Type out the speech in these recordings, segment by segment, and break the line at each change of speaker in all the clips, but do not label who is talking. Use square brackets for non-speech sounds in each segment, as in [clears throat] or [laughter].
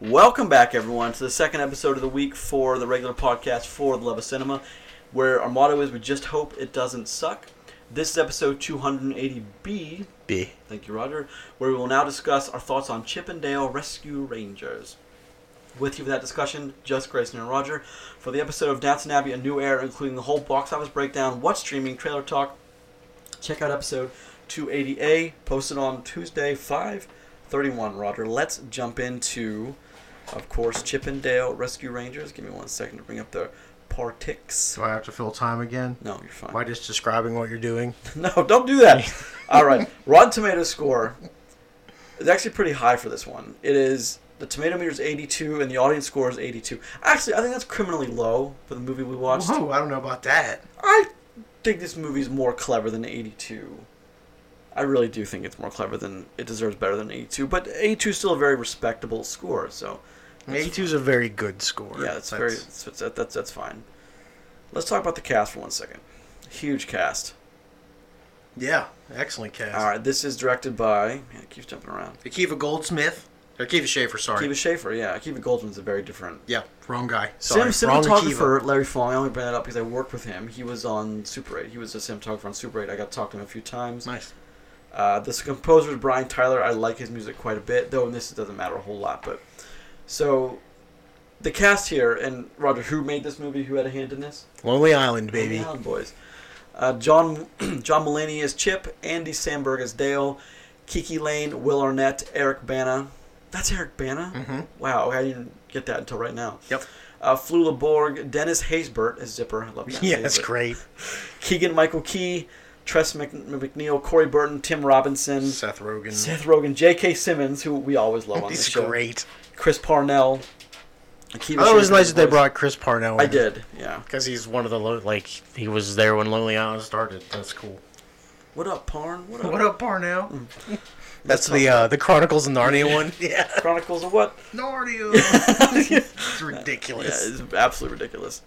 Welcome back, everyone, to the second episode of the week for the regular podcast for the Love of Cinema, where our motto is "We just hope it doesn't suck." This is episode 280B.
B.
Thank you, Roger. Where we will now discuss our thoughts on Chippendale Rescue Rangers. With you for that discussion, just Grayson and Roger. For the episode of Downton Abbey: A New Era, including the whole box office breakdown, what's streaming, trailer talk. Check out episode 280A, posted on Tuesday, 5:31. Roger, let's jump into, of course, Chippendale Rescue Rangers. Give me one second to bring up the Partix.
Do I have to fill time again?
No, you're fine.
By just describing what you're doing?
[laughs] No, don't do that. All right. Rotten Tomatoes score is actually pretty high for this one. It is the tomato meter is 82 and the audience score is 82. Actually, I think that's criminally low for the movie we watched.
Whoa, I don't know about that.
I think this movie's more clever than 82. I really do think it's more clever than it deserves better than 82, but 82 is still a very respectable score, so
I mean, 82 is a very good score.
yeah, that's, very that's, that- that's that's fine. Let's talk about the cast for one second. Huge cast.
Yeah, excellent cast.
All right, this is directed by man, it keeps jumping around.
Akiva Goldsmith. Or Akiva Schaefer, sorry.
Akiva Schaefer, yeah. Akiva Goldsman's a very different.
Yeah, wrong guy.
Sim,
Sorry, wrong
cinematographer
Akiva.
Larry Fong. I only bring that up because I worked with him. He was on Super 8. He was a cinematographer on Super 8. I got to talk to him a few times.
Nice.
Uh, this composer is Brian Tyler. I like his music quite a bit, though. And this doesn't matter a whole lot, but so the cast here and Roger, who made this movie? Who had a hand in this?
Lonely Island, baby.
Lonely Island Boys. Uh, John [clears throat] John Mulaney as Chip, Andy Samberg as Dale, Kiki Lane, Will Arnett, Eric Bana. That's Eric Bana.
Mhm.
Wow, I didn't get that until right now.
Yep.
Uh, Flula Borg, Dennis Haysbert as Zipper. I
[laughs]
love that.
Yeah, that's great.
Keegan Michael Key, Tress Mc- McNeil, Corey Burton, Tim Robinson,
Seth Rogen.
Seth Rogen, J.K. Simmons, who we always love on the
He's
show.
great.
Chris Parnell.
I thought it was nice that they brought Chris Parnell in.
I did. Yeah.
Because he's one of the, lo- like, he was there when Lonely Island started. That's cool.
What up, Parn? What up?
What up, Parnell? That's the uh, the Chronicles of Narnia one. [laughs] Yeah,
Chronicles of what?
Narnia.
yeah,
it's ridiculous.
it's absolutely ridiculous.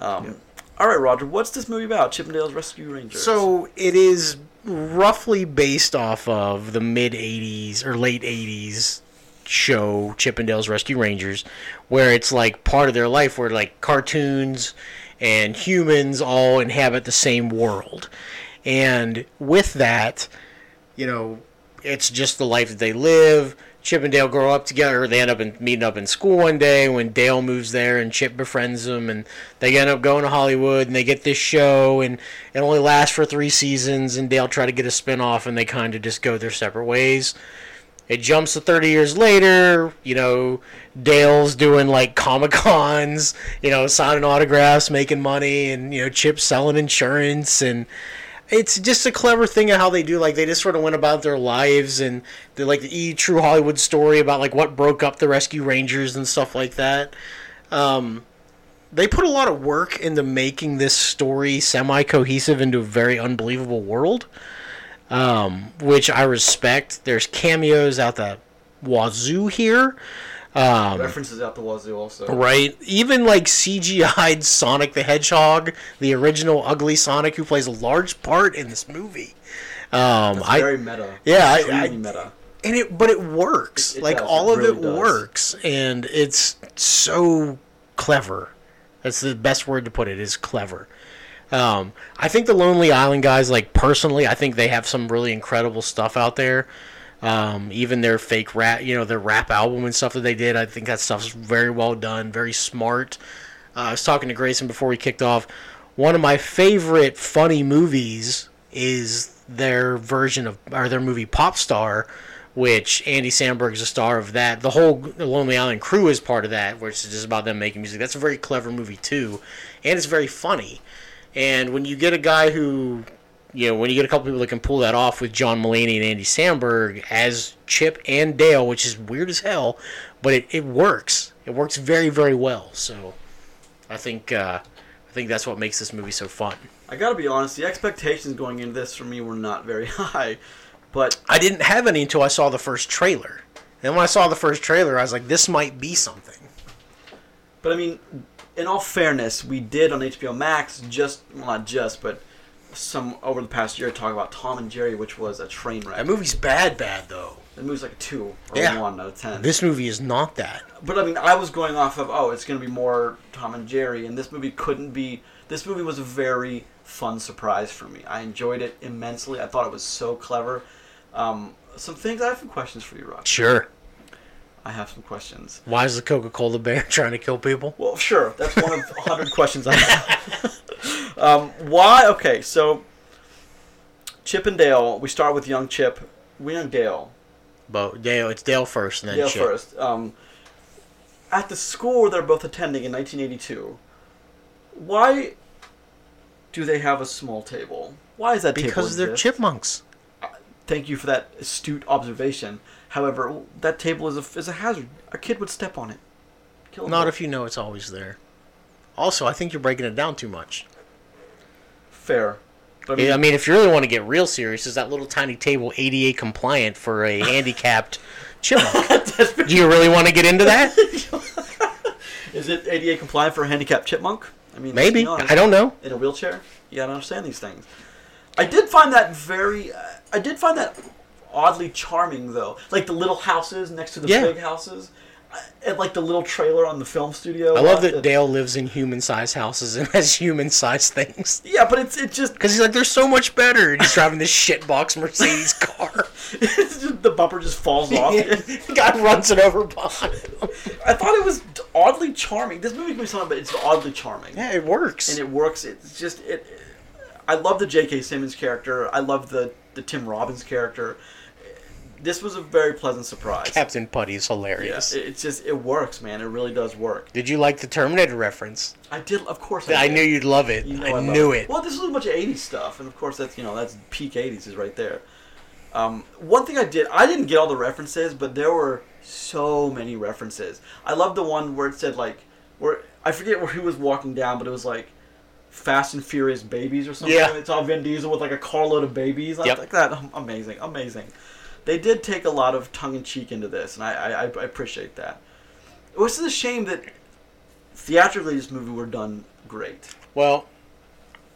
Um, All right, Roger. What's this movie about? Chippendale's Rescue Rangers.
so it is roughly based off of the mid '80s or late '80s show Chippendales Rescue Rangers, where it's like part of their life, where like cartoons and humans all inhabit the same world, and with that. you know, it's just the life that they live. Chip and Dale grow up together. They end up in, meeting up in school one day when Dale moves there and Chip befriends him, and they end up going to Hollywood and they get this show, and it only lasts for three seasons. And Dale try to get a spinoff, and they kind of just go their separate ways. It jumps to 30 years later. You know, Dale's doing like Comic Cons, you know, signing autographs, making money, and, you know, Chip's selling insurance. And it's just a clever thing of how they do. Like, they just sort of went about their lives and the, like, the E True Hollywood story about, like, what broke up the Rescue Rangers and stuff like that. Um, they put a lot of work into making this story semi cohesive into a very unbelievable world um, which I respect. There's cameos out the wazoo here, um,
references out the wazoo also.
right? Even like CGI'd Sonic the Hedgehog, the original ugly Sonic, who plays a large part in this movie. Um, I
Very meta.
Yeah, I-
Extremely
I-
meta.
and it but it works
It- it
like
does.
all
It
of
really
it
does.
works and it's so clever that's the best word to put it is clever um, i think the lonely island guys like personally i think they have some really incredible stuff out there um, even their fake rap you know their rap album and stuff that they did i think that stuff's very well done very smart uh, i was talking to grayson before we kicked off one of my favorite funny movies is their version of or their movie Pop Star, which Andy Samberg's a star of that. The whole Lonely Island crew is part of that, which is just about them making music. That's a very clever movie too, and it's very funny. And when you get a guy who, you know, when you get a couple people that can pull that off with John Mulaney and Andy Samberg as Chip and Dale, which is weird as hell, but it, it works. It works very very well. So, I think uh, I think that's what makes this movie so fun.
I gotta be honest. The expectations going into this for me were not very [laughs] high, but
I didn't have any until I saw the first trailer. And when I saw the first trailer, I was like, this might be something.
But I mean, in all fairness, we did on HBO Max just well, not just, but some over the past year talking about Tom and Jerry, which was a train
That
wreck.
movie's bad, bad though.
The movie's like a two or
Yeah.
a one out of ten.
This movie is not that.
but I mean, I was going off of oh, it's going to be more Tom and Jerry, and this movie couldn't be. This movie was a very fun surprise for me. I enjoyed it immensely. I thought it was so clever. Um, some things I have some questions for you, Rock.
Sure.
I have some questions.
Why is the Coca Cola bear [laughs] trying to kill people?
Well, sure. That's one of a hundred questions I have. [laughs] um, why? Okay, so Chip and Dale. We start with young Chip. We young Dale.
But Dale, it's Dale first, and then
Dale
Chip.
first. Um, at the school they're both attending in 1982. Why do they have a small table? Why is that table
Because they're
exist?
chipmunks.
Thank you for that astute observation. However, that table is a is a hazard. A kid would step on it. Kill him.
Not if you know it's always there. Also, I think you're breaking it down too much.
fair. But I mean,
Yeah, I mean, if you really want to get real serious, is that little tiny table ADA compliant for [laughs] a handicapped
[laughs]
chipmunk?
that's
Do you really want to get into [laughs] that?
Is it ADA compliant for a handicapped chipmunk? I mean, let's
Maybe
be honest.
I don't know.
In a wheelchair, you gotta understand these things. I did find that very. Uh, I did find that oddly charming, though. Like the little houses next to the
Yeah.
big houses, uh, and like the little trailer on the film studio.
I love
Uh,
that Dale lives in human-sized houses and [laughs] has human-sized things.
Yeah, but it's it just, [laughs]
Because he's like, they're so much better. And he's driving this shitbox [laughs] Mercedes car.
it's just the bumper just falls
[laughs]
off.
the guy runs it over behind him.
[laughs] I thought it was oddly charming. This movie can be something, but it's oddly charming.
Yeah, it works.
and it works. It's just it. I love the J.K. Simmons character. I love the the Tim Robbins character. This was a very pleasant surprise.
Captain Putty is
Yeah,
hilarious.
it- it's just it works, man. It really does work.
Did you like the Terminator reference?
I did, of course.
I
did.
knew you'd love it.
You know
I,
love
knew it.
Well, this was a bunch of '80s stuff, and of course that's you know that's peak '80s is right there. Um, one thing I did, I didn't get all the references, but there were so many references. I love the one where it said like, where I forget where he was walking down, but it was like Fast and Furious babies or something.
Yeah.
It's all Vin Diesel with like a carload of babies. I
Yep.
like that. Um, Amazing, amazing. They did take a lot of tongue in cheek into this, and I, I, I appreciate that. It was a shame that theatrically this movie were done great.
Well,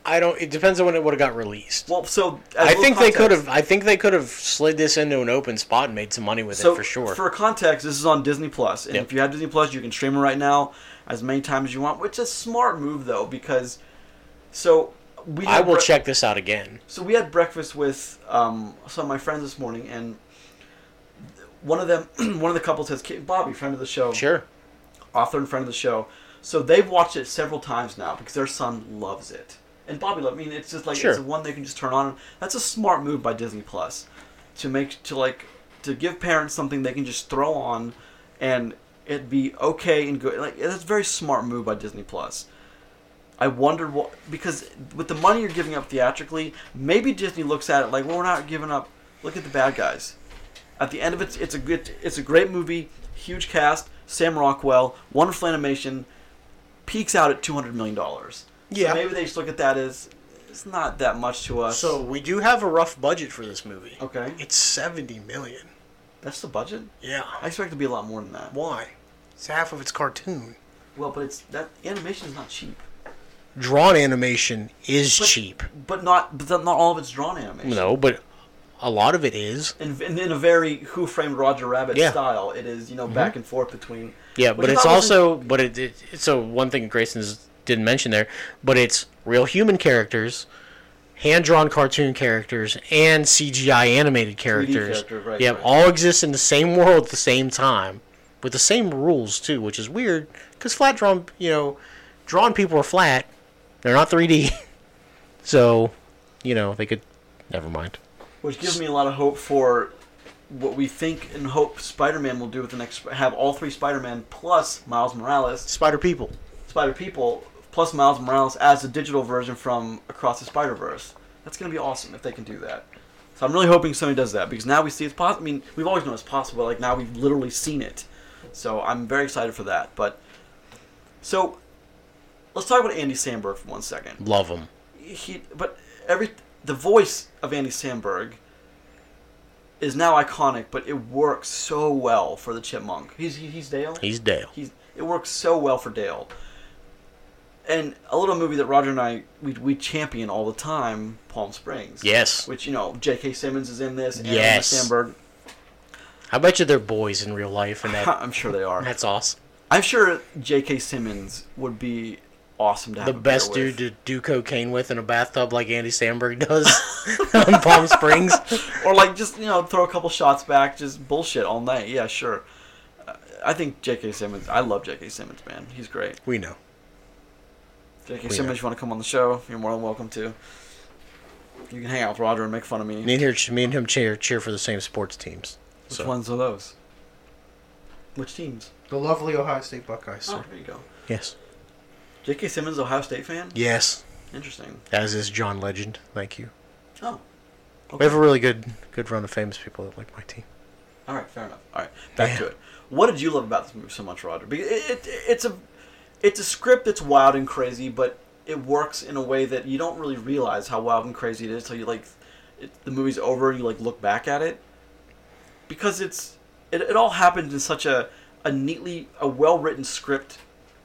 I don't. It depends on when it would have got released.
Well, so as a
I
little
think they
context-
could have. I think they could have slid this into an open spot and made some money with
So
it for sure.
For context, this is on Disney Plus, and
Yep.
if you have Disney Plus, you can stream it right now as many times as you want, which is a smart move though because so we
I
had
will
bre-
check this out again.
So we had breakfast with um, some of my friends this morning, and one of them, [clears throat] one of the couples has kid, Bobby, friend of the show,
Sure.
author and friend of the show. So they've watched it several times now because their son loves it. And Bobby, lo- I mean, it's just like
Sure.
it's one they can just turn on. That's a smart move by Disney Plus to make to like to give parents something they can just throw on and it be okay and good. Like that's a very smart move by Disney Plus. I wonder what because with the money you're giving up theatrically, maybe Disney looks at it like, well, we're not giving up. Look at the bad guys. At the end of it, it's a good, it's a great movie, huge cast, Sam Rockwell, wonderful animation, peaks out at two hundred million dollars.
Yeah.
so maybe they just look at that as it's not that much to us.
So we do have a rough budget for this movie.
okay,
It's seventy million.
that's the budget.
Yeah.
I expect it to be a lot more than that.
Why? It's half of its cartoon.
Well, but it's that animation is not cheap,
Drawn animation is
But-
cheap.
but not, but not all of it's drawn animation.
No, but a lot of it is.
in, in, in a very Who Framed Roger Rabbit
Yeah. Mm-hmm.
style. It is you know back and forth between.
Yeah,
which
but
I
it's
thought wasn't-
also but it, it so one thing Grayson's didn't mention there, but it's real human characters, hand drawn cartoon characters, and CGI animated characters.
characters, right,
yeah,
right.
all exist in the same world at the same time, with the same rules too, which is weird because flat drawn you know, drawn people are flat, they're not 3D, [laughs] so you know they could. Never mind.
which gives me a lot of hope for what we think and hope Spider-Man will do with the next. Have all three Spider-Man plus Miles Morales,
Spider people.
Spider People plus Miles Morales as the digital version from Across the Spider Verse. That's gonna be awesome if they can do that. So I'm really hoping somebody does that because now we see it's possible. I mean, we've always known it's possible. Like now we've literally seen it. So I'm very excited for that. But so let's talk about Andy Samberg for one second
Love them.
he but every the voice of Andy Samberg is now iconic, but it works so well for the chipmunk. He's he, he's Dale.
He's Dale.
He's it works so well for Dale. A- and a little movie that Roger and I we, we champion all the time, Palm Springs.
Yes.
Which you know, J.K. Simmons is in this. And
Yes.
Sandberg.
I bet you they're boys in real life,
[laughs]
and that
I'm sure they are.
that's awesome.
I'm sure J.K. Simmons would be awesome to have
The
a beer
best
with.
dude to do cocaine with in a bathtub like Andy Sandberg does [laughs] on Palm Springs.
or like just you know throw a couple shots back, just bullshit all night. Yeah, sure. Uh, I think J.K. Simmons. I love J.K. Simmons, man. He's great.
We know.
J.K.
We
Simmons, you want to come on the show? You're more than welcome to. You can hang out with Roger and make fun of me.
Me and, here, me and him cheer, cheer for the same sports teams.
Which
So-
ones are those? Which teams?
The lovely Ohio State Buckeyes.
Oh, there you go.
Yes.
J.K. Simmons, Ohio State fan.
Yes.
Interesting.
As is John Legend. Thank you.
Oh.
We have a really good good run of famous people that like my team.
All right, fair enough. All right, back to
Yeah.
it. What did you love about this movie so much, Roger? Because it, it, it's a it's a script that's wild and crazy, but it works in a way that you don't really realize how wild and crazy it is till you like it, the movie's over and you like look back at it because it's it, it all happened in such a a neatly a well written script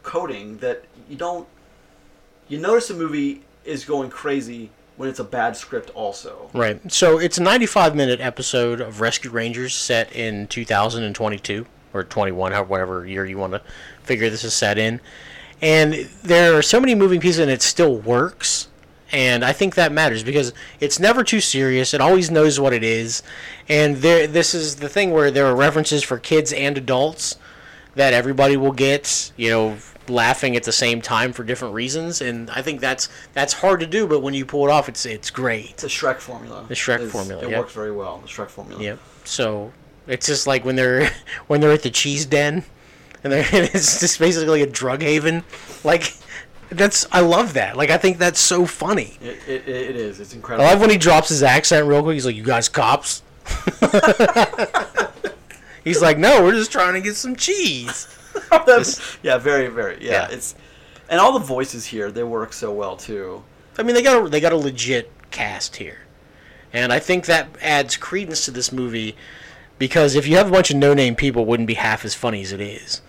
coding that you don't you notice a movie is going crazy when it's a bad script also.
Right. So it's a 95 minute episode of Rescue Rangers set in 2022 or 21, however, whatever year you want to figure this is set in. And there are so many moving pieces and it still works. And I think that matters because it's never too serious. It always knows what it is. And there, this is the thing where there are references for kids and adults that everybody will get, you know, laughing at the same time for different reasons. And I think that's that's hard to do, but when you pull it off, it's it's great.
It's a Shrek formula. The
Shrek formula,
It
yeah.
works very well. The Shrek formula.
Yep. So it's just like when they're [laughs] when they're at the cheese den, and they're [laughs] it's just basically a drug haven. Like that's I love that. Like I think that's so funny.
It, it, it is. It's
I
incredible.
love when he drops his accent real quick. He's like, "You guys cops." [laughs] He's like, "No, we're just trying to get some cheese."
[laughs] yeah, very, very. Yeah,
Yeah.
it's and all the voices here they work so well too.
I mean, they got a, they got a legit cast here, and I think that adds credence to this movie because if you have a bunch of no name people, it wouldn't be half as funny as it is.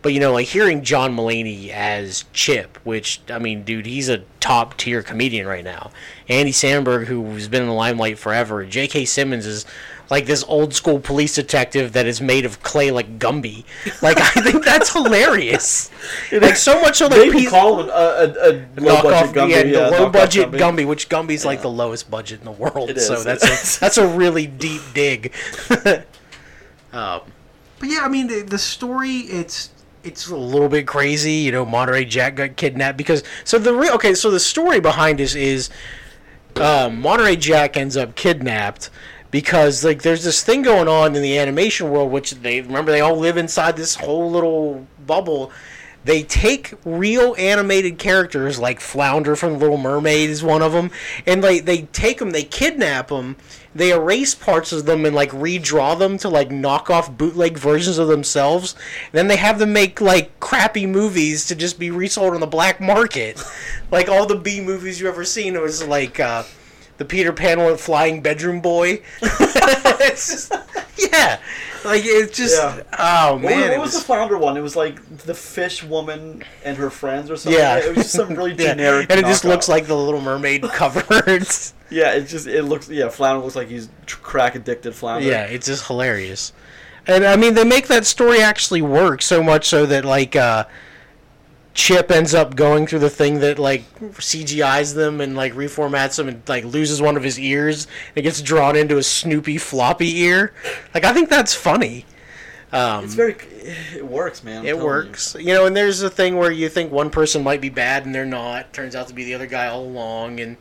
But you know, like hearing John Mulaney as Chip, which I mean, dude, he's a top tier comedian right now. Andy Sandberg, who's been in the limelight forever. J.K. Simmons is like this old school police detective that is made of clay like Gumby. Like I think [laughs] that's hilarious. Like so much so that
Maybe
he's
call him a, a, uh, a low budget
knockoff,
Gumby.
yeah,
yeah,
the
knockoff
low budget Gumby.
Gumby.
which Gumby's like the lowest budget in the world.
It is,
so
it
that's
is. [laughs]
a, that's a really deep dig. um,
But yeah, I mean the, the story. It's
it's a little bit crazy, you know. Monterey Jack got kidnapped because so the real okay. So the story behind this is um, Monterey Jack ends up kidnapped because like there's this thing going on in the animation world, which they remember they all live inside this whole little bubble. They take real animated characters like Flounder from Little Mermaid is one of them, and like they take them, they kidnap them, they erase parts of them and like redraw them to like knock off bootleg versions of themselves. then they have them make like crappy movies to just be resold on the black market, [laughs] like all the B movies you ever seen. It was like. Uh, the Peter Pan went flying bedroom boy. [laughs] it's just, yeah, like it's just
Yeah.
oh man,
What, was-
it
what was, the flounder one? It was like the fish woman and her friends or something.
Yeah.
it was just some really
[laughs] Yeah,
generic.
and it just looks
knockoff.
like the Little Mermaid [laughs] covered.
yeah, it just it looks yeah. Flounder looks like he's tr- crack addicted. Flounder.
yeah, it's just hilarious. And I mean, they make that story actually work so much so that like uh, Chip ends up going through the thing that like CGI's them and like reformats them and like loses one of his ears and gets drawn into a Snoopy floppy ear. Like I think that's funny. Um,
it's very. It works, man. I'm
It
telling you.
works. You. know, and there's a thing where you think one person might be bad and they're not. Turns out to be the other guy all along. And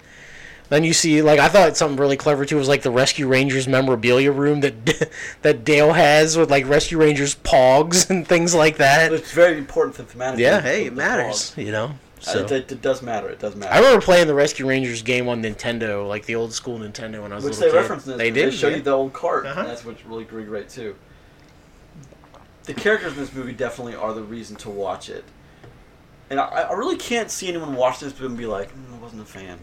then you see, like, I thought something really clever too was like the Rescue Rangers memorabilia room that [laughs] that Dale has with like Rescue Rangers pogs and things like that.
It's very important to thematically.
Yeah,
the-
hey,
the
it matters.
plot.
You know,
Uh,
so.
It, it, it does matter. It does matter.
I remember playing the Rescue Rangers game on Nintendo, like the old school Nintendo, when I was
Which
a
they
little kid.
reference in this.
They
movie.
did.
They show
yeah.
you the old cart,
Uh-huh.
and that's what's really really great too. The characters in this movie definitely are the reason to watch it, and I, I really can't see anyone watch this movie and be like, mm, "I wasn't a fan."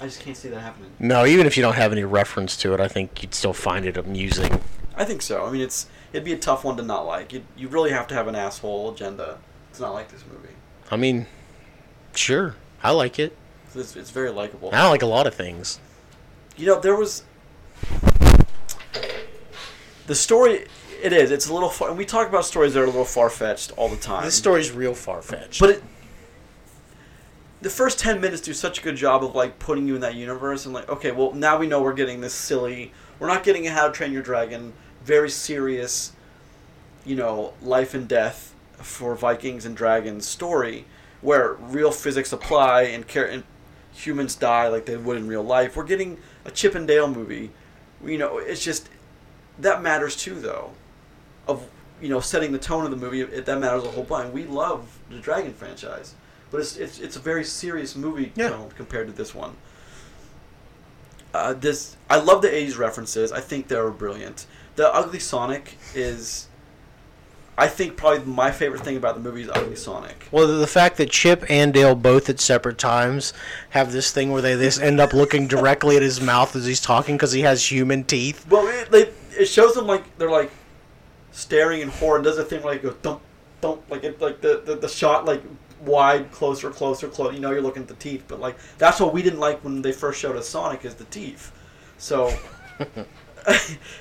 I just can't see that happening.
No, even if you don't have any reference to it, I think you'd still find it amusing.
I think so. I mean, it's it'd be a tough one to not like. You you really have to have an asshole agenda to not like this movie.
I mean, Sure, I like it.
It's, it's very likable.
I like a lot of things.
You know, there was the story. It is. It's a little far. And we talk about stories that are a little far fetched all the time.
This story's real far fetched.
but it, the first ten minutes do such a good job of like putting you in that universe and like, okay, well now we know we're getting this silly. We're not getting a How to Train Your Dragon, very serious, you know, life and death for Vikings and dragons story, where real physics apply and, care, and humans die like they would in real life. We're getting a Chip and Dale movie. You know, it's just that matters too, though. Of you know, setting the tone of the movie, it, that matters a whole bunch. We love the Dragon franchise, but it's it's, it's a very serious movie
Yeah.
tone compared to this one. Uh, this I love the '80s references. I think they're brilliant. The Ugly Sonic is, I think, probably my favorite thing about the movie is Ugly Sonic.
well, the fact that Chip and Dale both at separate times have this thing where they this end up looking directly at his mouth as he's talking because he has human teeth.
Well, it, they, it shows them like they're like staring in horror and does a thing where like go dump dump like it like the, the, the shot like wide closer closer closer. You know you're looking at the teeth, but like that's what we didn't like when they first showed us Sonic is the teeth.
[laughs]
So,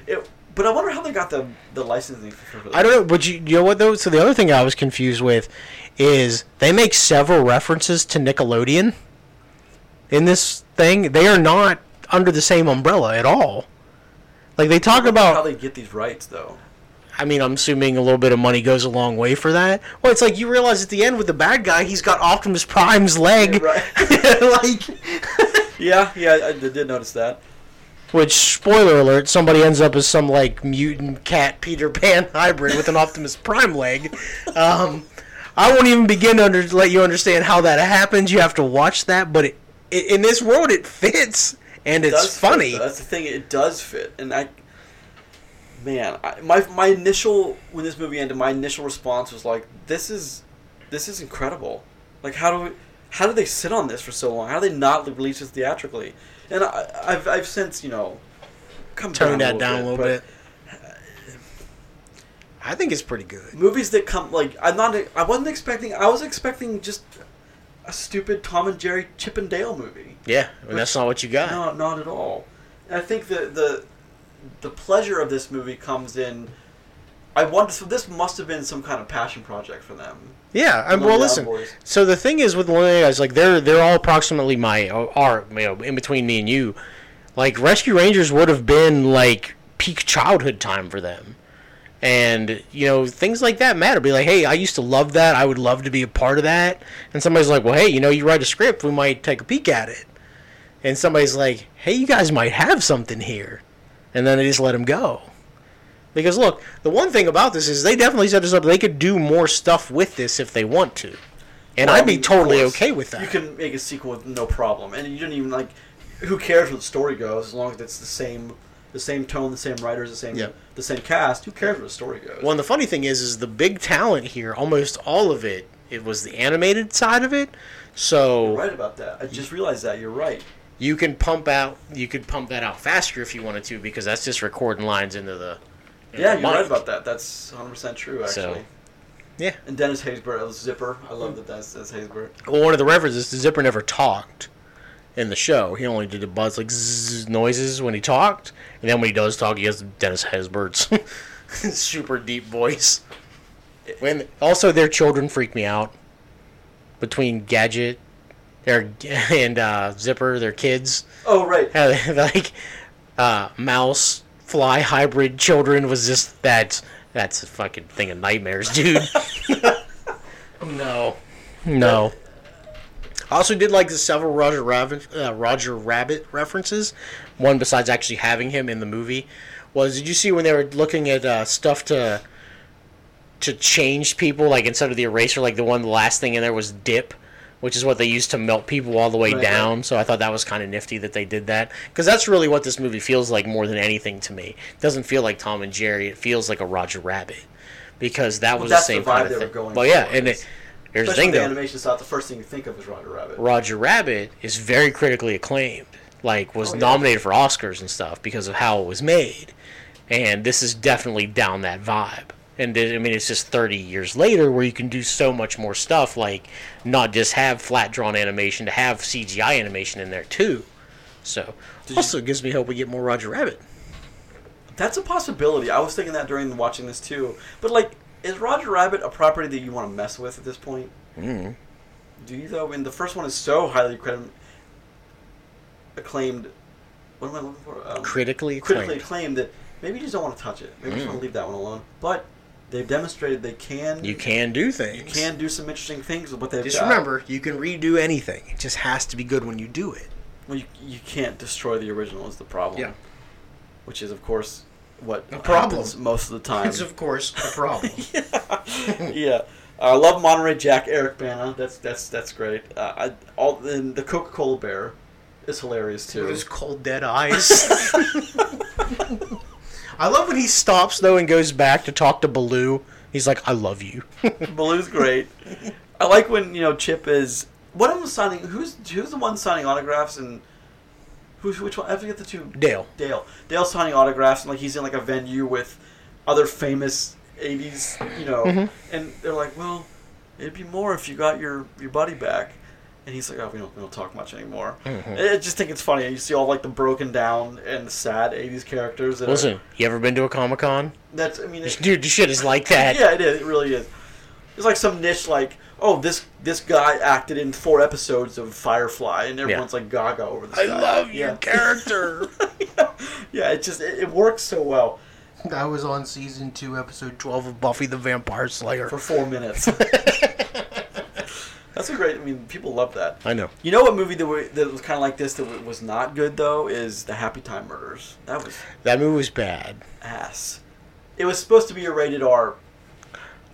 it, but I wonder how they got the the licensing. For for
I don't know, but you, you know what though? So the other thing I was confused with is they make several references to Nickelodeon in this thing. They are not under the same umbrella at all. Like they talk about
how they get these rights though.
I mean, I'm assuming a little bit of money goes a long way for that. Well, it's like you realize at the end with the bad guy, he's got Optimus Prime's leg.
Yeah,
[laughs] like, [laughs]
Yeah, yeah, I did did notice that.
which spoiler alert, somebody ends up as some like mutant cat Peter Pan [laughs] hybrid with an Optimus Prime leg. Um, I won't even begin to under- let you understand how that happens. You have to watch that, but it, i in this world, it fits and it's
does fit,
funny.
though. That's the thing. It does fit, and I, man, I, my my initial when this movie ended, my initial response was like, "This is, this is incredible. Like, how do we, how do they sit on this for so long? How do they not release this theatrically?" And I, I've I've since you know, come down
Turn that
a
down a little
but
bit. I think it's pretty good.
Movies that come like I'm not I wasn't expecting I was expecting just a stupid Tom and Jerry Chip and Dale movie.
Yeah, I mean, that's not what you got.
No, not at all. And I think the the the pleasure of this movie comes in. I wonder. So this must have been some kind of passion project for them.
Yeah, I,
Lone
well,
Down
listen.
Boys.
So the thing is with Lonely Guys, like they're they're all approximately my are you know in between me and you. Like Rescue Rangers would have been like peak childhood time for them, and you know things like that matter. Be like, hey, I used to love that. I would love to be a part of that. And somebody's like, well, hey, you know, you write a script, we might take a peek at it. And somebody's like, hey, you guys might have something here, and then they just let them go. Because look, the one thing about this is they definitely set us up. They could do more stuff with this if they want to, and
Well, I
I'd be
mean, of
totally
course,
okay with that.
You can make a sequel with no problem, and you don't even like. Who cares where the story goes as long as it's the same, the same tone, the same writers, the same,
Yeah.
the same cast. Who cares where the story goes?
Well, and the funny thing is, is the big talent here, almost all of it, it was the animated side of it. So
You're right about that. I
Mm-hmm.
just realized that. You're right.
you can pump out, you could pump that out faster if you wanted to, because that's just recording lines into the. into
Yeah,
the
you're right
mic.
about that. That's 100 percent true, actually.
So, Mm. yeah.
And Dennis Haysbert, oh, Zipper. I love that. That's, that's Haysbert.
Well, one of the references, the zipper never talked in the show. He only did the buzz like zzz noises when he talked, and then when he does talk, he has Dennis Hesbert's [laughs] super deep voice. When also their children freak me out between Gadget, their [laughs] and uh, Zipper, their kids, [laughs]
Oh right.
how they- like uh, mouse fly hybrid children was just that. That's a fucking thing of nightmares, dude. [laughs] no, no. I also did like the several Roger Rabbit, uh, Roger Rabbit references. One besides actually having him in the movie was did you see when they were looking at uh, stuff to to change people like instead of the eraser like the one the last thing in there was dip which is what they used to melt people all the way
Right,
down so i thought that was kind of nifty that they did that because that's really what this movie feels like more than anything to me it doesn't feel like tom and jerry it feels like a roger rabbit because that was the
that's the
same
vibe
kind of
they were
thing
going
well yeah
for,
and
is-
it, here's the
Especially
thing
the
though
animation style, the first thing you think of is Roger Rabbit.
Roger Rabbit is very critically acclaimed. Like was
Oh, yeah.
nominated for Oscars and stuff because of how it was made. And this is definitely down that vibe. And then, I mean, it's just 30 years later where you can do so much more stuff, like not just have flat drawn animation, to have CGI animation in there too. So, also gives me hope we get more Roger Rabbit.
That's a possibility. I was thinking that during watching this too. But like, is Roger Rabbit a property that you want to mess with at this point?
Mm.
Do you though? And the first one is so highly credit acclaimed. What am I looking for? Um,
Critically acclaimed. Mm.
critically acclaimed that maybe you just don't want to touch it. Maybe you just want to leave that one alone. But they've demonstrated they can.
You can do things.
You can do some interesting things with what they've
Just
got.
remember,
You can redo anything. It just has to be good when you do it.
Well, you, you can't destroy the original is the problem.
Yeah.
Which is of course what
The problem.
happens most of the time.
It's of course a problem.
yeah. [laughs] yeah. I love Monterey Jack Eric Bana. That's that's that's great. Uh, I, all and the Coca Cola bear is hilarious too. [laughs]
With his cold dead eyes.
[laughs] I love when he stops though and goes back to talk to Baloo. He's like, "I love you." [laughs]
Baloo's great. I like when you know Chip is. What am I signing? Who's who's the one signing autographs and who's which one? I forget the two.
Dale.
Dale. Dale's signing autographs and like he's in like a venue with other famous '80s, you know,
Mm-hmm.
and they're like, well, it'd be more if you got your your buddy back. And he's like, oh, we don't, we don't talk much anymore.
Mm-hmm.
I I just think it's funny. You see all like the broken down and sad '80s characters. That are-
Listen, you ever been to a comic con?
that's I mean, it,
[laughs] Dude, this shit is like that.
yeah, it is. It really is. It's like some niche, like oh, this this guy acted in four episodes of Firefly, and everyone's like gaga over this
I
guy.
love
yeah. [laughs]
[laughs]
your character.
yeah. it just it, it works so well
I was on season two, episode twelve of Buffy the Vampire Slayer.
for four
[laughs]
minutes. [laughs] That's a great. I mean, people love that.
I know.
You know what movie that, we, that was kind of like this that wa- was not good though is the Happy Time Murders. That was
That movie was bad.
ass. It was supposed to be a rated R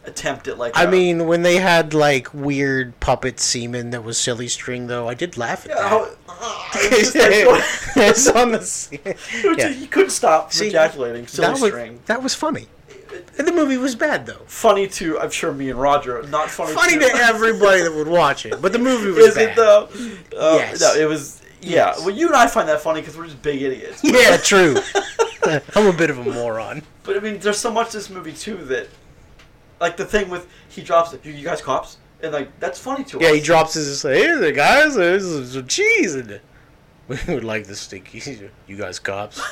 attempt at like.
I
a-
mean, when they had like weird puppet semen that was silly string though, I did laugh at
yeah,
that.
how,
[laughs]
[laughs] it's just like-
It's on the
[laughs]
scene. Yeah.
[laughs] You couldn't stop from
See,
ejaculating. Silly
that was
string.
that was funny. And the movie was bad though.
Funny to, I'm sure, me and Roger. Not funny.
Funny to everybody that would watch it, but the movie was
Is
bad.
it though? Uh,
Yes.
No, it was. Yeah.
Yes.
Well, you and I find that funny because we're just big idiots.
[laughs] Yeah,
[laughs]
true. [laughs] I'm a bit of a moron.
But I mean, there's so much to this movie too that, like the thing with he drops it. You, you guys cops, and like that's funny to
Yeah,
us.
he drops his. Hey, there, guys, there's some cheese in it. [laughs] We would like this stinky. You guys, cops.
[laughs]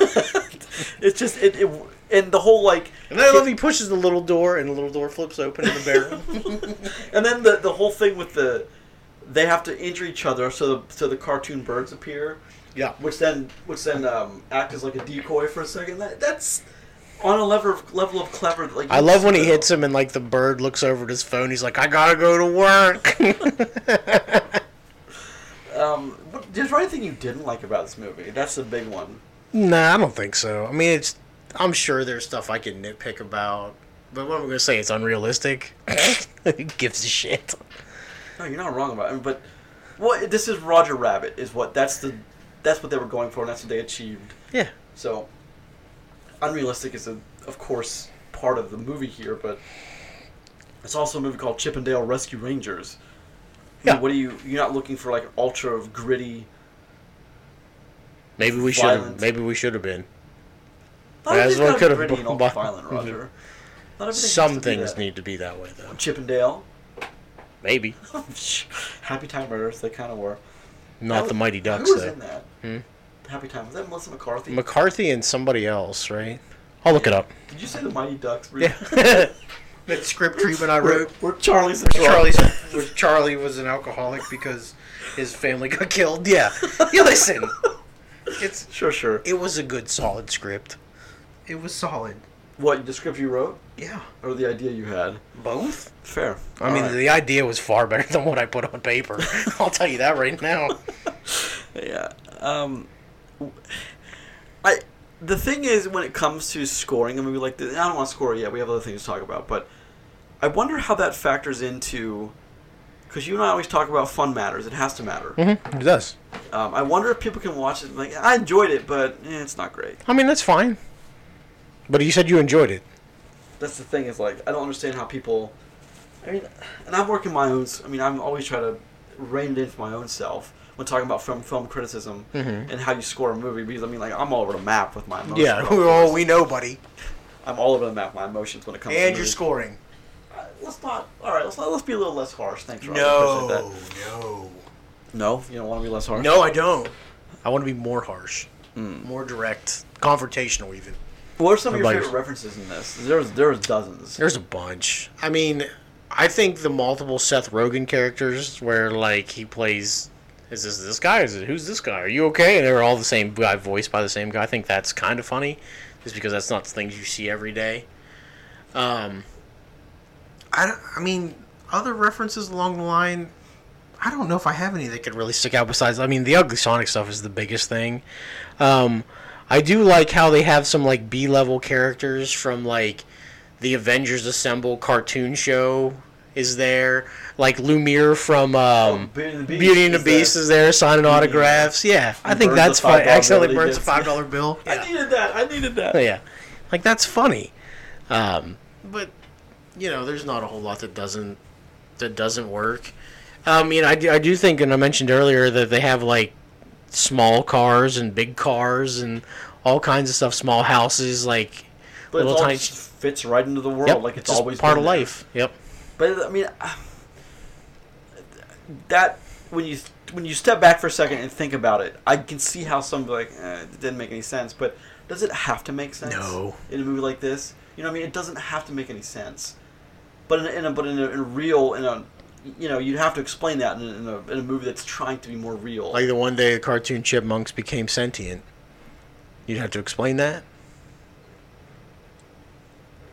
it's just it, it, and the whole like,
And I love he pushes the little door, and the little door flips open in the
[laughs]
barrel.
and then the the whole thing with the, they have to injure each other so the so the cartoon birds appear.
yeah.
which then which then um, act as like a decoy for a second. That, that's on a level of, level of clever. Like
I love when he hits him, and like the bird looks over at his phone. He's like, "I gotta go to work." [laughs]
Um, what, is there anything you didn't like about this movie? That's the big one.
nah, I don't think so. I mean, it's. I'm sure there's stuff I can nitpick about, but what am I gonna say? It's unrealistic. [laughs] Who gives a shit?
No, you're not wrong about it. But what this is Roger Rabbit is what that's the that's what they were going for and that's what they achieved.
Yeah.
So unrealistic is a, of course part of the movie here, but it's also a movie called Chippendale Rescue Rangers. I mean,
Yeah.
What are you? You're not looking for like ultra of gritty.
Maybe we should have.
Violence.
Maybe we should have been.
Not
That's
everything's
what
gotta
could've
be gritty and
bo-
ultra
bo- [laughs]
violent, Roger. Not everything has to
Some
be
things
that.
need to be that way, though.
Chippendale, [laughs]
Maybe
Happy Time Murders. They kind of were.
not
That
the
was-
Mighty Ducks,
Who was
though.
in that?
Hmm?
Happy Time. Was that Melissa McCarthy?
McCarthy and somebody else, right? I'll look it up.
Did you say the Mighty Ducks? Were-
[laughs] Yeah.
That script treatment I
Were,
wrote.
were Charlie's and
Charlie's-
[laughs]
where Charlie was an alcoholic because his family got killed.
yeah. You listen. It's
Sure, sure.
it was a good solid script.
It was solid.
What the script you wrote
Yeah.
or the idea you had?
Both?
Fair.
I mean,
All right.
the idea was far better [laughs] than what I put on paper. [laughs] I'll tell you that right now.
yeah. Um, w- I the thing is when it comes to scoring a movie like this, and I don't want to score it yet. We have other things to talk about, but I wonder how that factors into because you and I always talk about fun matters. It has to matter.
Mm-hmm. It does.
Um, I wonder if people can watch it. and Like I enjoyed it, but eh, it's not great.
I mean, that's fine. But you said you enjoyed it.
That's the thing. Is like I don't understand how people. I mean, and I'm working my own. s- I mean, I'm always trying to rein it into my own self when talking about film film criticism and how you Oh, score a movie. Because I mean, like I'm all over the map with my emotions.
Yeah. Well, we Oh, know, buddy.
I'm all over the map. My emotions when it comes. to
And you're
movies.
scoring.
Uh, Let's not. All right. Let's let's be a little less harsh. Thanks, Rob.
No,
I appreciate Oh, that.
no,
No, you don't want to be less harsh.
no. I don't. I want to be more harsh, more direct, confrontational, even.
What are some of your
Nobody's-
favorite references in this? There's there's dozens.
There's a bunch. I mean, I think the multiple Seth Rogen characters where like he plays is this this guy? Is it who's this guy? Are you okay? And they're all the same guy voiced by the same guy. I think that's kind of funny just because that's not things you see every day. Um
I, don't- I mean, other references along the line, I don't know if I have any that
could really stick out besides I mean the ugly Sonic stuff is the biggest thing. Um I do like how they have some like B level characters from like the Avengers Assemble cartoon show is there. Like Lumiere from um
Oh, Beauty and the Beast.
Beauty and the Beast is there signing autographs. Yeah, I think
burns
that's
a $5
funny.
bill
Accidentally
that he
burns a
gets.
five dollar bill.
[laughs] I needed that. I needed that.
Yeah, Oh, yeah, like that's funny. Um, but you know, there's not a whole lot that doesn't that doesn't work. Um, you know, I do, I do think, and I mentioned earlier that they have like small cars and big cars and all kinds of stuff, small houses, like
But it
little
all
tiny.
just fits right into the world.
Yep,
like it's
just
always
part
been
of
there.
life. Yep.
But I mean, uh, that when you when you step back for a second and think about it, I can see how some be like eh, it didn't make any sense. But does it have to make sense?
No.
In a movie like this, you know, what I mean, it doesn't have to make any sense. But in a, in a but in a, in a real in a you know you'd have to explain that in a, in a, in a movie that's trying to be more real.
Like the one day the cartoon chipmunks became sentient. You'd have to explain that.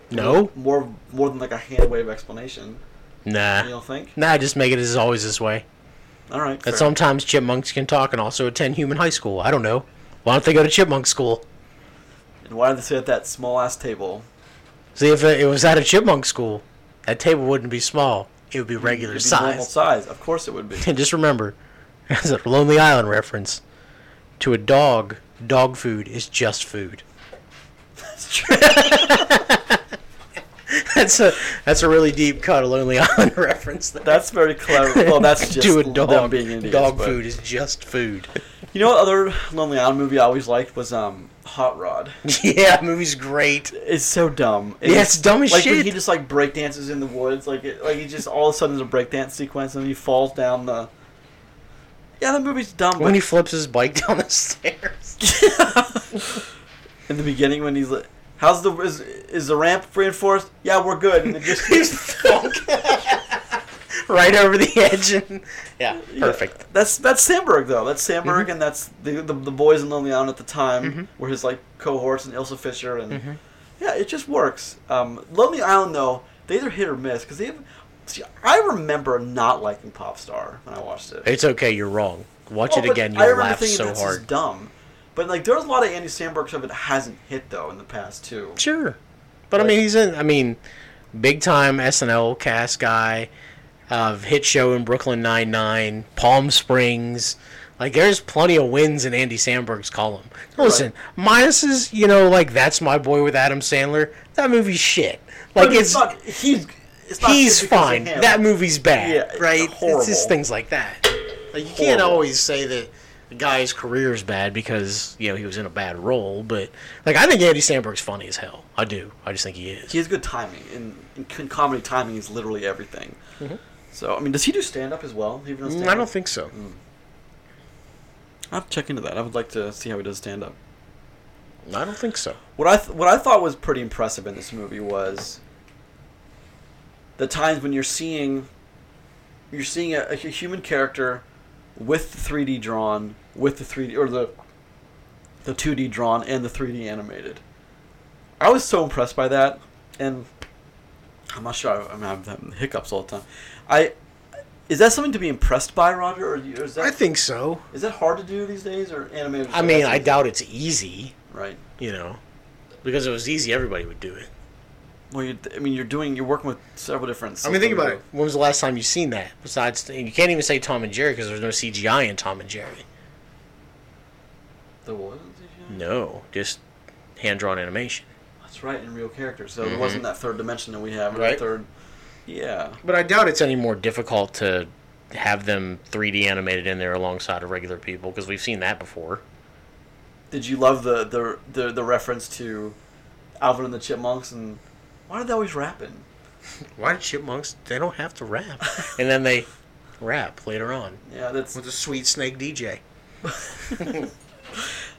No,
more more than like a hand wave explanation. You
nah,
don't think?
nah. Just make it as always this way.
All right.
That
fair.
sometimes chipmunks can talk and also attend human high school. I don't know. Why don't they go to chipmunk school?
And why did they sit at that small ass table?
See, if it it was at a chipmunk school, that table wouldn't be small. It would be regular
It'd be Normal
size. [laughs]
size. Of course it would be.
And just remember, [laughs] as a Lonely Island reference, to a dog, dog food is just food. [laughs]
That's true. [laughs]
That's a that's a really deep cut, a Lonely [laughs] Island reference. There.
That's very clever. Well,
[laughs]
that's just
to a
them
dog.
being idiots,
dog
but-
food is just food. [laughs]
You know what other Lonely Island movie I always liked was um Hot Rod.
yeah,
[laughs]
movie's great.
It's so dumb.
Yeah, it's dumb as
like,
shit.
He just like breakdances in the woods, like it, like he just all of a sudden there's a breakdance sequence and he falls down the. Yeah, that movie's dumb.
When
but- [laughs]
he flips his bike down the [laughs] stairs.
in the beginning when he's like, "How's the is, is the ramp reinforced?" Yeah, we're good. And it
[laughs]
just
He's funk. right over the edge and yeah,
Yeah.
perfect. Mm-hmm.
That's that's Sandberg though. That's Sandberg, and that's the, the the boys in Lonely Island at the time were his like cohorts and Ilsa Fisher, and
Mm-hmm.
yeah, it just works. Um, Lonely Island though, they either hit or miss because they have. See, I remember not liking Popstar when I watched it.
It's okay, you're wrong. Watch
Well,
it
but
again,
I
you'll
remember
laugh
thinking
so
this is
hard.
dumb, but like there's a lot of Andy Sandberg stuff that hasn't hit though in the past too.
Sure. But I mean he's in I mean big time SNL cast guy, uh hit show in Brooklyn nine nine, Palm Springs. Like there's plenty of wins in Andy Sandberg's column. Listen, minuses, you know, like that's my boy with Adam Sandler. That movie's shit. Like
But I mean,
it's,
not, he's it's not
he's
shit because of
fine.
him.
That movie's bad,
Yeah, it's
right?
horrible.
It's just things like that. Like you can't
Horrible.
always say that the guy's career is bad because you know he was in a bad role. But like I think Andy Samberg's funny as hell. I do. I just think he is.
he has good timing, and, and con- comedy timing is literally everything. So, I mean, does he do stand up as well? Even
Mm-hmm. Mm, I don't think so.
I'll have to check into that. I would like to see how he does stand up.
I don't think so.
What I th- what I thought was pretty impressive in this movie was the times when you're seeing you're seeing a, a hu- human character with the 3D drawn, with the 3D or the the 2D drawn and the 3D animated. I was so impressed by that, and I'm not sure. I, I mean, I'm having hiccups all the time. I is that something to be impressed by, Roger? Or you- or is that
I think so.
is that hard to do these days or animated?
I mean, I
that's-
doubt it's easy.
right.
You know, because if it was easy, everybody would do it.
Well, you I mean, you're doing, you're working with several different.
I mean, think about it. When was the last time you seen that? Besides, you can't even say Tom and Jerry because there's no CGI in Tom and Jerry.
There wasn't CGI?
No, just hand drawn animation.
That's right, in real characters. So it wasn't that third dimension that we have. Right.
Right.
Third. Yeah.
But I doubt it's any more difficult to have them 3D animated in there alongside of regular people because we've seen that before.
Did you love the the the, the reference to? Alvin and the Chipmunks, and why are they always rapping?
Why do chipmunks? They don't have to rap, [laughs] and then they rap later on
Yeah, that's.
with a sweet snake DJ.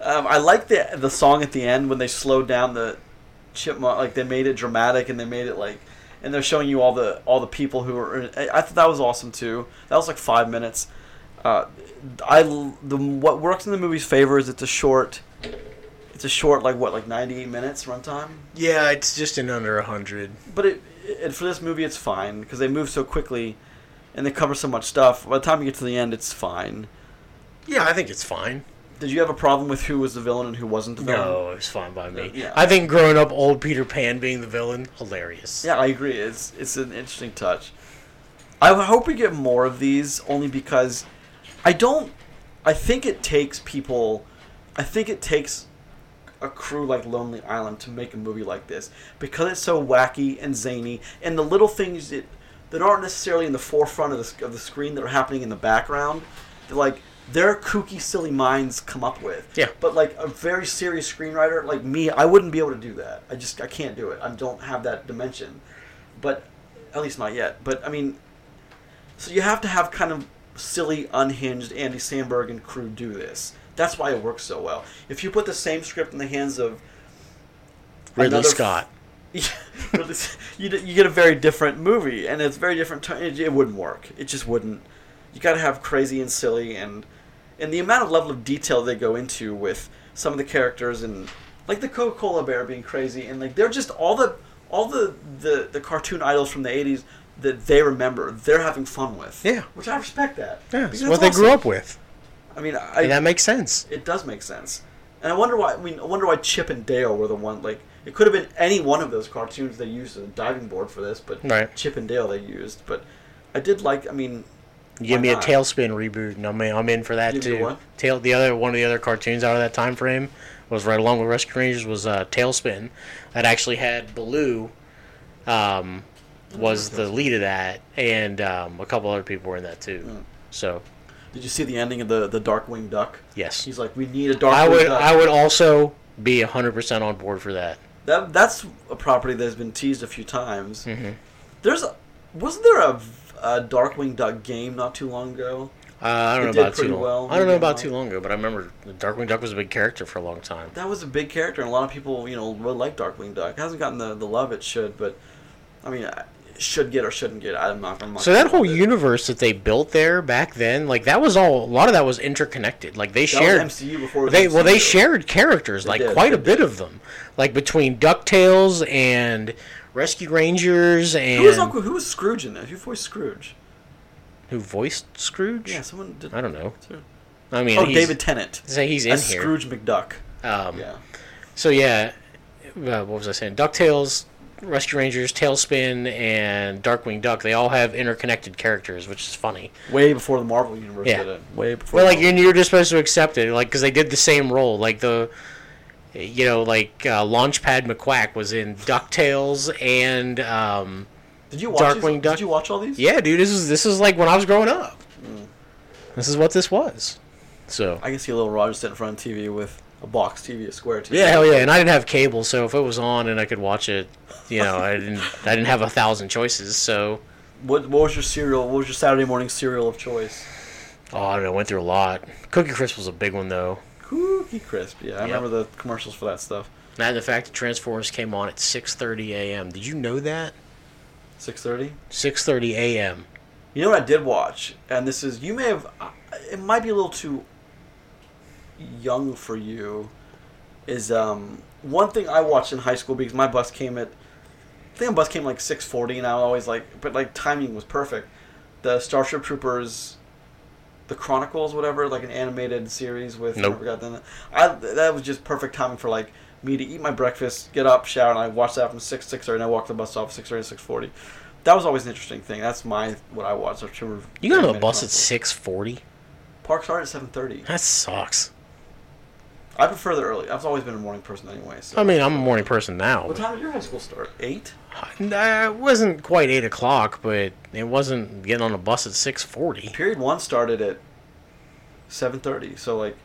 Um, I like the the song at the end when they slowed down the chipmunk. Like they made it dramatic and they made it like, and they're showing you all the all the people who are. In, I I thought that was awesome too. That was like five minutes. Uh, I l- the what works in the movie's favor is it's a short. It's a short like what like ninety eight minutes runtime.
Yeah, it's just in under a hundred.
But it, it for this movie, it's fine because they move so quickly, and they cover so much stuff. By the time you get to the end, it's fine.
Yeah, I think it's fine.
Did you have a problem with who was the villain and who wasn't the villain?
No, it's fine by me.
Yeah.
I think growing up, old Peter Pan being the villain, hilarious.
[laughs] Yeah, I agree. It's it's an interesting touch. I hope we get more of these only because I don't. I think it takes people. I think it takes a crew like Lonely Island to make a movie like this because it's so wacky and zany, and the little things that that aren't necessarily in the forefront of the, sc- of the screen that are happening in the background, that, like their kooky, silly minds come up with.
Yeah.
But like a very serious screenwriter like me, I wouldn't be able to do that. I just I can't do it. I don't have that dimension. But at least not yet. But I mean, so you have to have kind of silly, unhinged Andy Samberg and crew do this. That's why it works so well. If you put the same script in the hands of
Ridley
another-
Scott.
you d- you get a very different movie, and it's very different. T- it, it wouldn't work. It just wouldn't. You got to have crazy and silly, and and the amount of level of detail they go into with some of the characters, and like the Coca Cola bear being crazy, and like they're just all the all the the, the cartoon idols from the '80s that they remember. They're having fun with.
Yeah.
which I respect that.
Yeah,
because
it's
that's
what they grew
awesome.
up with,
I mean,
and
I,
that makes sense.
it does make sense. And I wonder why. I mean, I wonder why Chip and Dale were the one. Like, it could have been any one of those cartoons they used as a diving board for this, but
Right.
Chip and Dale they used. But I did like. I mean,
You give
why
me a
not?
Tailspin reboot, and I'm in, I'm in for that
Give you
too.
what?
Tail the other one of the other cartoons out of that time frame was right along with Rescue Rangers was uh, Tailspin, that actually had Baloo, um, was the lead of that, and um, a couple other people were in that too.
Hmm.
So
Did you see the ending of the the Darkwing Duck?
yes,
He's like, we need a
I
Darkwing
would
Duck.
I would also be hundred percent on board for that.
That that's a property that has been teased a few times.
Mm-hmm.
There's a, wasn't there a, a Darkwing Duck game not too long ago?
Uh, I don't
It
know about
did
too
pretty
long.
well.
I don't know
It did
about
well.
too long ago, but I remember Darkwing Duck was a big character for a long time.
that was a big character, and a lot of people, you know, really like Darkwing Duck. It hasn't gotten the, the love it should, but I mean, I- it should get or shouldn't get. I'm not. I'm not
So that
sure
whole
about it.
universe that they built there back then, like that was all a lot of that was interconnected. Like they
That
shared
was MCU before it was
they well they
MCU.
shared characters like
did,
quite
they
a bit of them. Like between DuckTales and Rescue Rangers and
Who was Uncle? Who was Scrooge in that? Who voiced Scrooge?
who voiced Scrooge?
Yeah, someone did.
I don't know.
Sure.
I mean
Oh,
he's,
David Tennant
say he's in
as
here.
Scrooge McDuck.
Um,
Yeah,
So yeah, uh, what was I saying? Ducktales, Rescue Rangers, Tailspin, and Darkwing Duck. They all have interconnected characters, which is funny.
way before the Marvel universe
Yeah.
did it. Way before.
Well,
the
like
Marvel-
you're, you're just supposed to accept it, like because they did the same role, like the, you know, like uh, Launchpad McQuack was in Ducktales and um,
did you watch
Darkwing
these?
Duck-
Did you watch all these?
yeah, dude, this is this is like when I was growing up. This is what this was. So
I can see a little Roger sitting in front of TV with a box TV, a square TV.
yeah, hell yeah, and I didn't have cable, so if it was on and I could watch it, you know, I didn't I didn't have a thousand choices, so.
What, what was your cereal? What was your Saturday morning cereal of choice?
Oh, I don't know. Went through a lot. Cookie Crisp was a big one, though.
Cookie Crisp. Yeah, I remember the commercials for that stuff.
And the fact that Transformers came on at 6:30 a.m. Did you know that?
Six thirty.
6:30 a.m.
You know what I did watch, and this is you may have. uh, It might be a little too young for you. Is um one thing I watched in high school because my bus came at. I think my bus came like six forty, and I was always like, but like timing was perfect. The Starship Troopers, the Chronicles, whatever, like an animated series with.
Nope.
I forgot the name. I that was just perfect timing for like me to eat my breakfast, get up, shower, and I watched that from six six thirty, and I walked the bus stop six thirty, six forty. That was always an interesting thing. That's my what I watched. Starship Troopers
You got on a
animated
bus at
Chronicles.
6:40.
Park started at seven thirty.
That sucks.
I prefer the early. I've always been a morning person anyway. So.
I mean, I'm a morning person now.
what
But
time did your high school start? Eight.
Uh, it wasn't quite eight o'clock, but it wasn't getting on a bus at 6:40.
Period one started at seven thirty. So like,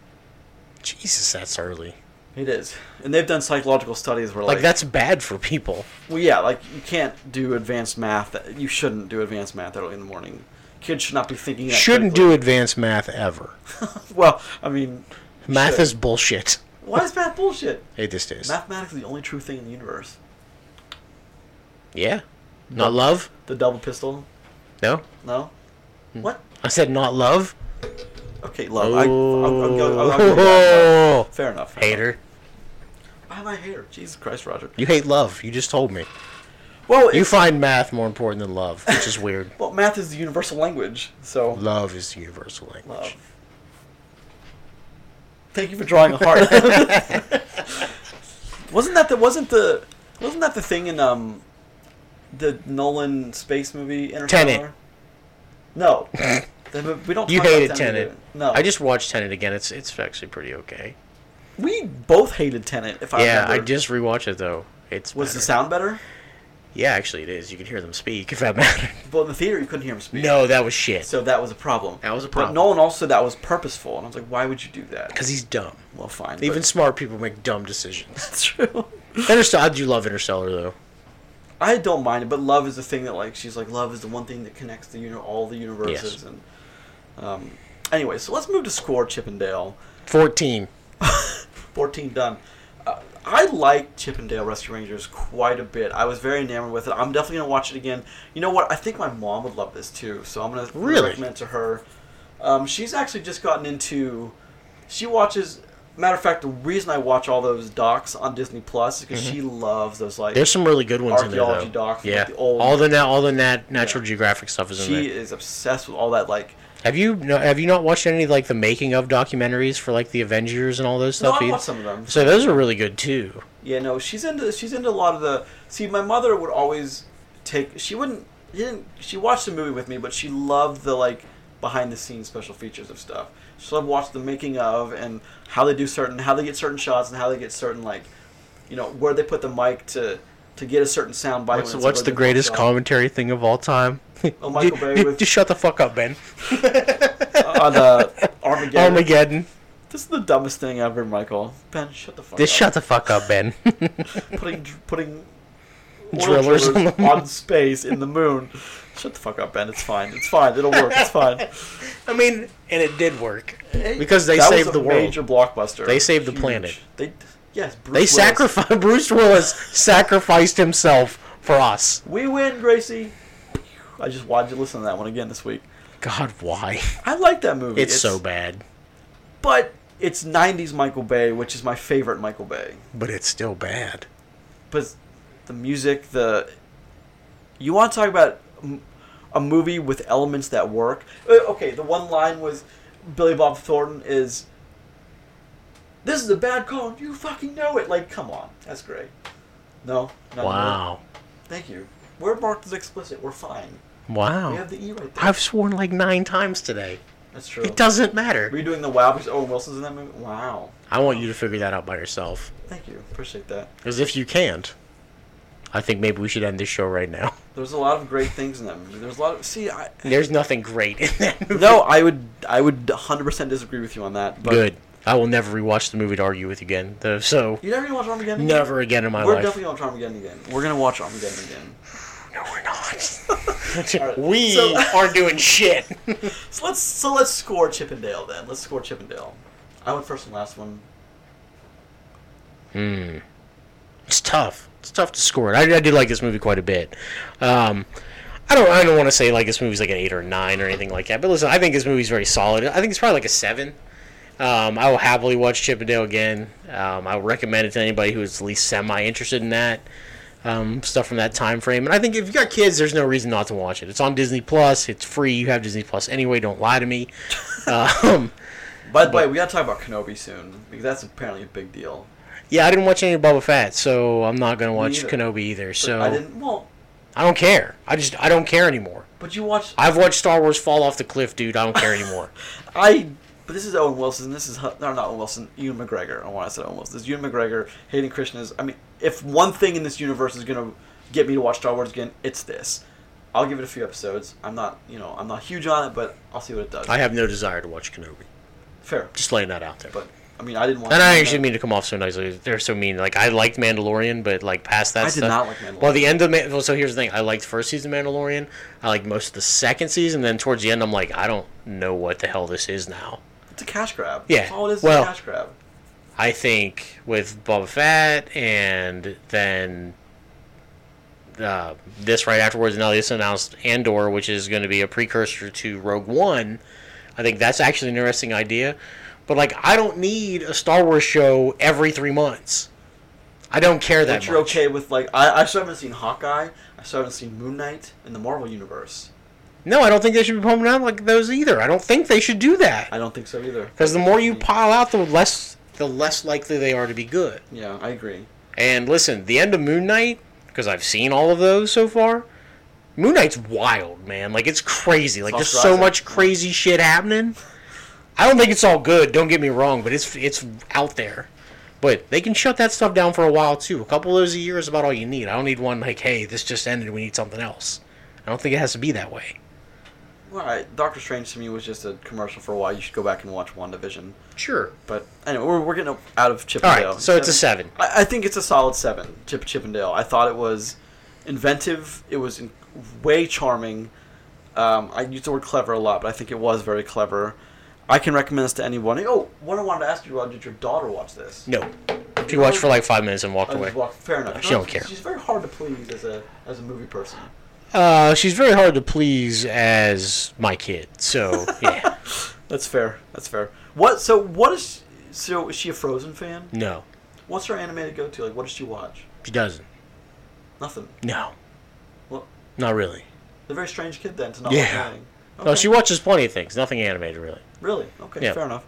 Jesus, that's early.
It is, and they've done psychological studies where like,
Like that's bad for people.
Well, yeah, like you can't do advanced math. You shouldn't do advanced math early in the morning. Kids should not be thinking. That
Shouldn't
quickly.
do advanced math ever.
Well, I mean, you
Math
should.
is bullshit.
why is math bullshit?
It just is.
Mathematics is the only true thing in the universe.
Yeah. Not love?
The double pistol?
No.
No.
Hmm.
What?
I said not love.
Okay, love. I, I'll, I'll, go- I'll, go with that.
Oh.
fair enough. fair enough.
[laughs] Hater.
Why am I a hater? Jesus Christ, Roger.
You hate love. You just told me.
Well,
You
it's-
find math more important than love, which is weird.
well, math is the universal language, so
Love is the universal language.
love. Thank you for drawing a heart. [laughs]
[laughs]
wasn't that the wasn't the wasn't that the thing in um the Nolan space movie Interstellar?
[laughs]
No, The mo- we don't.
You
talk about
hated
Tenet.
Tenet.
No,
I just watched Tenet again. It's it's actually pretty okay.
we both hated Tenet. If I
yeah,
remember.
I just rewatched it though. It's
was
better.
the sound better.
Yeah, actually it is. You can hear them speak if that [laughs] matters.
But in the theater, you couldn't hear him speak.
No, that was shit.
so that was a problem.
That was a
But
problem.
Nolan also said that was purposeful, and I was like, why would you do that?
Because he's dumb.
Well, fine.
Even
but- [laughs]
smart people make dumb decisions. [laughs]
that's true.
Interstellar. I do love Interstellar though.
I don't mind it, but love is the thing that like she's like love is the one thing that connects the uni- all the universes
Yes.
and um anyway, so let's move to score Chippendale.
Fourteen.
14 done. Uh, I like Chippendale Rescue Rangers quite a bit. I was very enamored with it. I'm definitely going to watch it again. You know what? I think my mom would love this too, so I'm going to
Really?
recommend it to her. Um, she's actually just gotten into. She watches. Matter of fact, the reason I watch all those docs on Disney Plus is because she loves those like
Mm-hmm. There's some really good ones in there though.
Archaeology doc from,
yeah.
like, the old-
all the na- all the nat- Natural Geographic stuff is in
she
there.
is obsessed with all that like
Have you no, have you not watched any like the making of documentaries for like the Avengers and all those
no,
stuff?
I
either?
watched some of them
So those are really good too.
yeah no she's into she's into a lot of the see my mother would always take she wouldn't she didn't she watched the movie with me but she loved the like behind the scenes special features of stuff she loved watch the making of and how they do certain how they get certain shots and how they get certain like you know where they put the mic to to get a certain sound bite
What's,
when it's a
what's the
really good
greatest
shot.
commentary thing of all time?
Oh, Michael
You-
Bay
you-
with-
Just shut the fuck up, Ben.
[laughs] on uh, Armageddon.
Armageddon.
This is the dumbest thing ever, Michael. Ben, shut the fuck
Just
up.
shut the fuck up, Ben.
putting putting oil
[laughs] Drillers
drillers
on
on,
the
space in the moon. Shut the fuck up, Ben. It's fine. It's fine. It'll work. It's fine.
[laughs] I mean, and it did work because they
That was
saved
a
the world.
Major blockbuster.
They saved the planet.
They yes. Bruce
They
Willis.
sacrificed. [laughs] Bruce Willis sacrificed himself for us.
We win, Gracie. I just wanted to listen to that one again this week.
God, why?
I like that movie.
It's, so bad,
but it's '90s Michael Bay, which is my favorite Michael Bay.
but it's still bad.
But the music, the you want to talk about m- a movie with elements that work? Uh, Okay, the one line was Billy Bob Thornton is this is a bad call. and You fucking know it. Like, come on, that's great. No, not really.
Wow,
Thank you. We're marked as explicit. We're fine. We
wow.
have the E right there.
I've sworn like nine times today.
That's true.
It doesn't
Were
matter.
you doing the wow because Owen Wilson's in that movie? Wow.
I want you to figure that out by yourself,
Thank you. Appreciate that.
because if you can't, I think maybe we should end this show right now.
There's a lot of great things in that movie. There's a lot of see. I,
[laughs] There's nothing great in that movie.
no, I would I would 100% disagree with you on that. But
Good. I will never rewatch the movie to argue with you again. Though, so
You never gonna watch Armageddon? again?
never again in my
We're
life.
definitely gonna watch Armageddon again. We're gonna watch Armageddon again.
No, we're [laughs] not.
right.
We
So-
are doing [laughs] shit.
So let's so let's score Chippendale then. Let's score Chippendale. I went first and last one.
Hmm. It's tough. It's tough to score it. I, I did like this movie quite a bit. Um, I don't. I don't want to say like this movie's like an eight or nine or anything like that. But listen, I think this movie's very solid. I think it's probably like a seven. Um, I will happily watch Chip and Dale again. Um, I would recommend it to anybody who is at least semi interested in that um, stuff from that time frame. And I think if you got kids, there's no reason not to watch it. It's on Disney Plus. It's free. You have Disney Plus anyway. Don't lie
[laughs]
to me. um,
By the way, we gotta talk about Kenobi soon because that's apparently a big deal.
yeah, I didn't watch any Boba Fett, so I'm not gonna watch
either.
Kenobi either.
But
So
I didn't. Well,
I don't care. I just I don't care anymore.
but you watched. I,
I've watched Star Wars fall off the cliff, dude. I don't care [laughs] anymore.
But this is Owen Wilson. This is Hu- no, not Owen Wilson. Ewan McGregor. I want to say Owen Wilson. This is Ewan McGregor. Hayden Christensen. I mean, if one thing in this universe is gonna get me to watch Star Wars again, it's this. I'll give it a few episodes. I'm not, you know, I'm not huge on it, but I'll see what it does.
I have no desire to watch Kenobi.
Fair.
Just laying that out there.
But I mean, I didn't watch.
And
any
I
of
actually
that.
mean to come off so nicely. They're so mean. Like I liked Mandalorian, but like past that
I did
stuff.
not like Mandalorian.
Well, the end of Ma- well, so here's the thing. I liked first season of Mandalorian. I liked most of the second season. Then towards the end, I'm like, I don't know what the hell this is now.
It's a cash grab.
Yeah,
That's all it is. is
well-
a cash grab.
I think with Boba Fett and then uh, this right afterwards, now they just announced Andor, which is going to be a precursor to Rogue One. I think that's actually an interesting idea. But like, I don't need a Star Wars show every three months. I don't care that
That you're
much.
okay with like I, I still haven't seen Hawkeye. I still haven't seen Moon Knight in the Marvel universe.
No, I don't think they should be pumping out like those either. I don't think they should do that
I don't think so either.
because the more you pile out, the less the less likely they are to be good.
Yeah, I agree.
And listen, the end of Moon Knight, because I've seen all of those so far. Moon Knight's wild, man. Like it's crazy. Like there's so
Oscar
much
Isaac.
crazy shit happening. I don't think it's all good. Don't get me wrong, but it's it's out there. But they can shut that stuff down for a while too. A couple of those a year is about all you need. I don't need one like, hey, this just ended. We need something else. I don't think it has to be that way.
All right, Doctor Strange to me was just a commercial for why you should go back and watch WandaVision.
Sure.
But anyway, we're, we're getting out of Chip
All
and Dale.
right. So it's a seven.
I, I think it's a solid seven, Chip Chippendale. I thought it was inventive. It was in, way charming. Um, I use the word clever a lot, but I think it was very clever. I can recommend this to anyone. Oh, what I wanted to ask you, Rod, did your daughter watch this?
No. She watched for like five minutes and walked
I
away.
just walked, fair enough.
She don't care.
She's very hard to please as a as a movie person.
Uh, she's very hard to please as my kid. So yeah.
That's fair. That's fair. What? So what is? So is she a Frozen fan?
No,
What's her animated go to? Like, what does she watch?
she doesn't.
Nothing.
No,
Well,
not really.
the very strange kid then to not
Yeah.
watch anything.
No, she watches plenty of things. Nothing animated, really.
Really? Okay,
Yeah.
fair enough.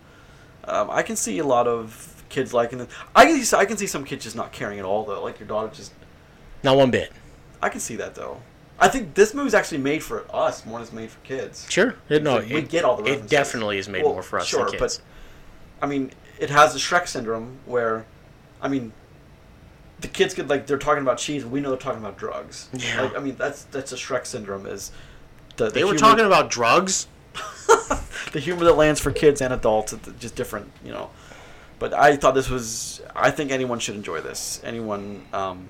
Um, I can see a lot of kids liking it. I can see, I can see some kids just not caring at all though. Like your daughter just
Not one bit.
I can see that though. I think this movie's actually made for us more than it's made for kids.
Sure. It, no,
we
it,
get all the
it
references.
definitely is made
Well,
more for us
sure,
than kids.
but I mean, it has the Shrek syndrome where, I mean, the kids could like they're talking about cheese, and we know they're talking about drugs.
Yeah.
Like, I mean, that's that's a Shrek syndrome is. The, the
they were
humor-
talking about drugs.
[laughs] the humor that lands for kids and adults it's just different you know but i thought this was i think anyone should enjoy this anyone um,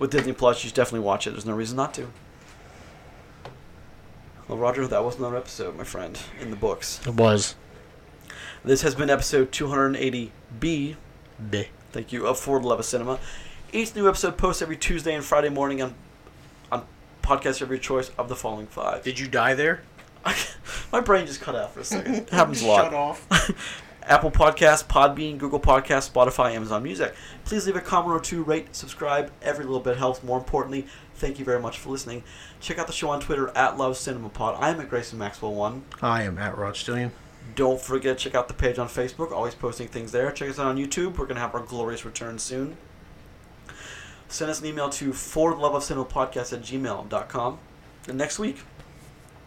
with disney plus you should definitely watch it there's no reason not to well roger that was another episode my friend in the books
It was.
this has been episode 280b
Bleh.
thank you of ford love of cinema each new episode posts every tuesday and friday morning on on podcast of your choice of the following five [laughs]
Did you die there?
my brain just cut out for a second it happens a lot
Shut off.
[laughs] Apple Podcasts, Podbean, Google Podcasts, Spotify, Amazon Music. Please leave a comment or two, rate, subscribe. Every little bit helps. More importantly, thank you very much for listening. Check out the show on Twitter at Love Cinema Pod. I am at Grayson Maxwell One.
I am at Rod Stillian.
Don't forget to check out the page on Facebook. Always posting things there. Check us out on YouTube. We're gonna have our glorious return soon. Send us an email to for the love of cinema podcast at gmail.com. And next week,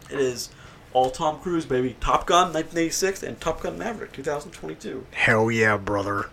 it is all Tom Cruise, baby. Top Gun 1986 and Top Gun Maverick 2022.
Hell yeah, brother.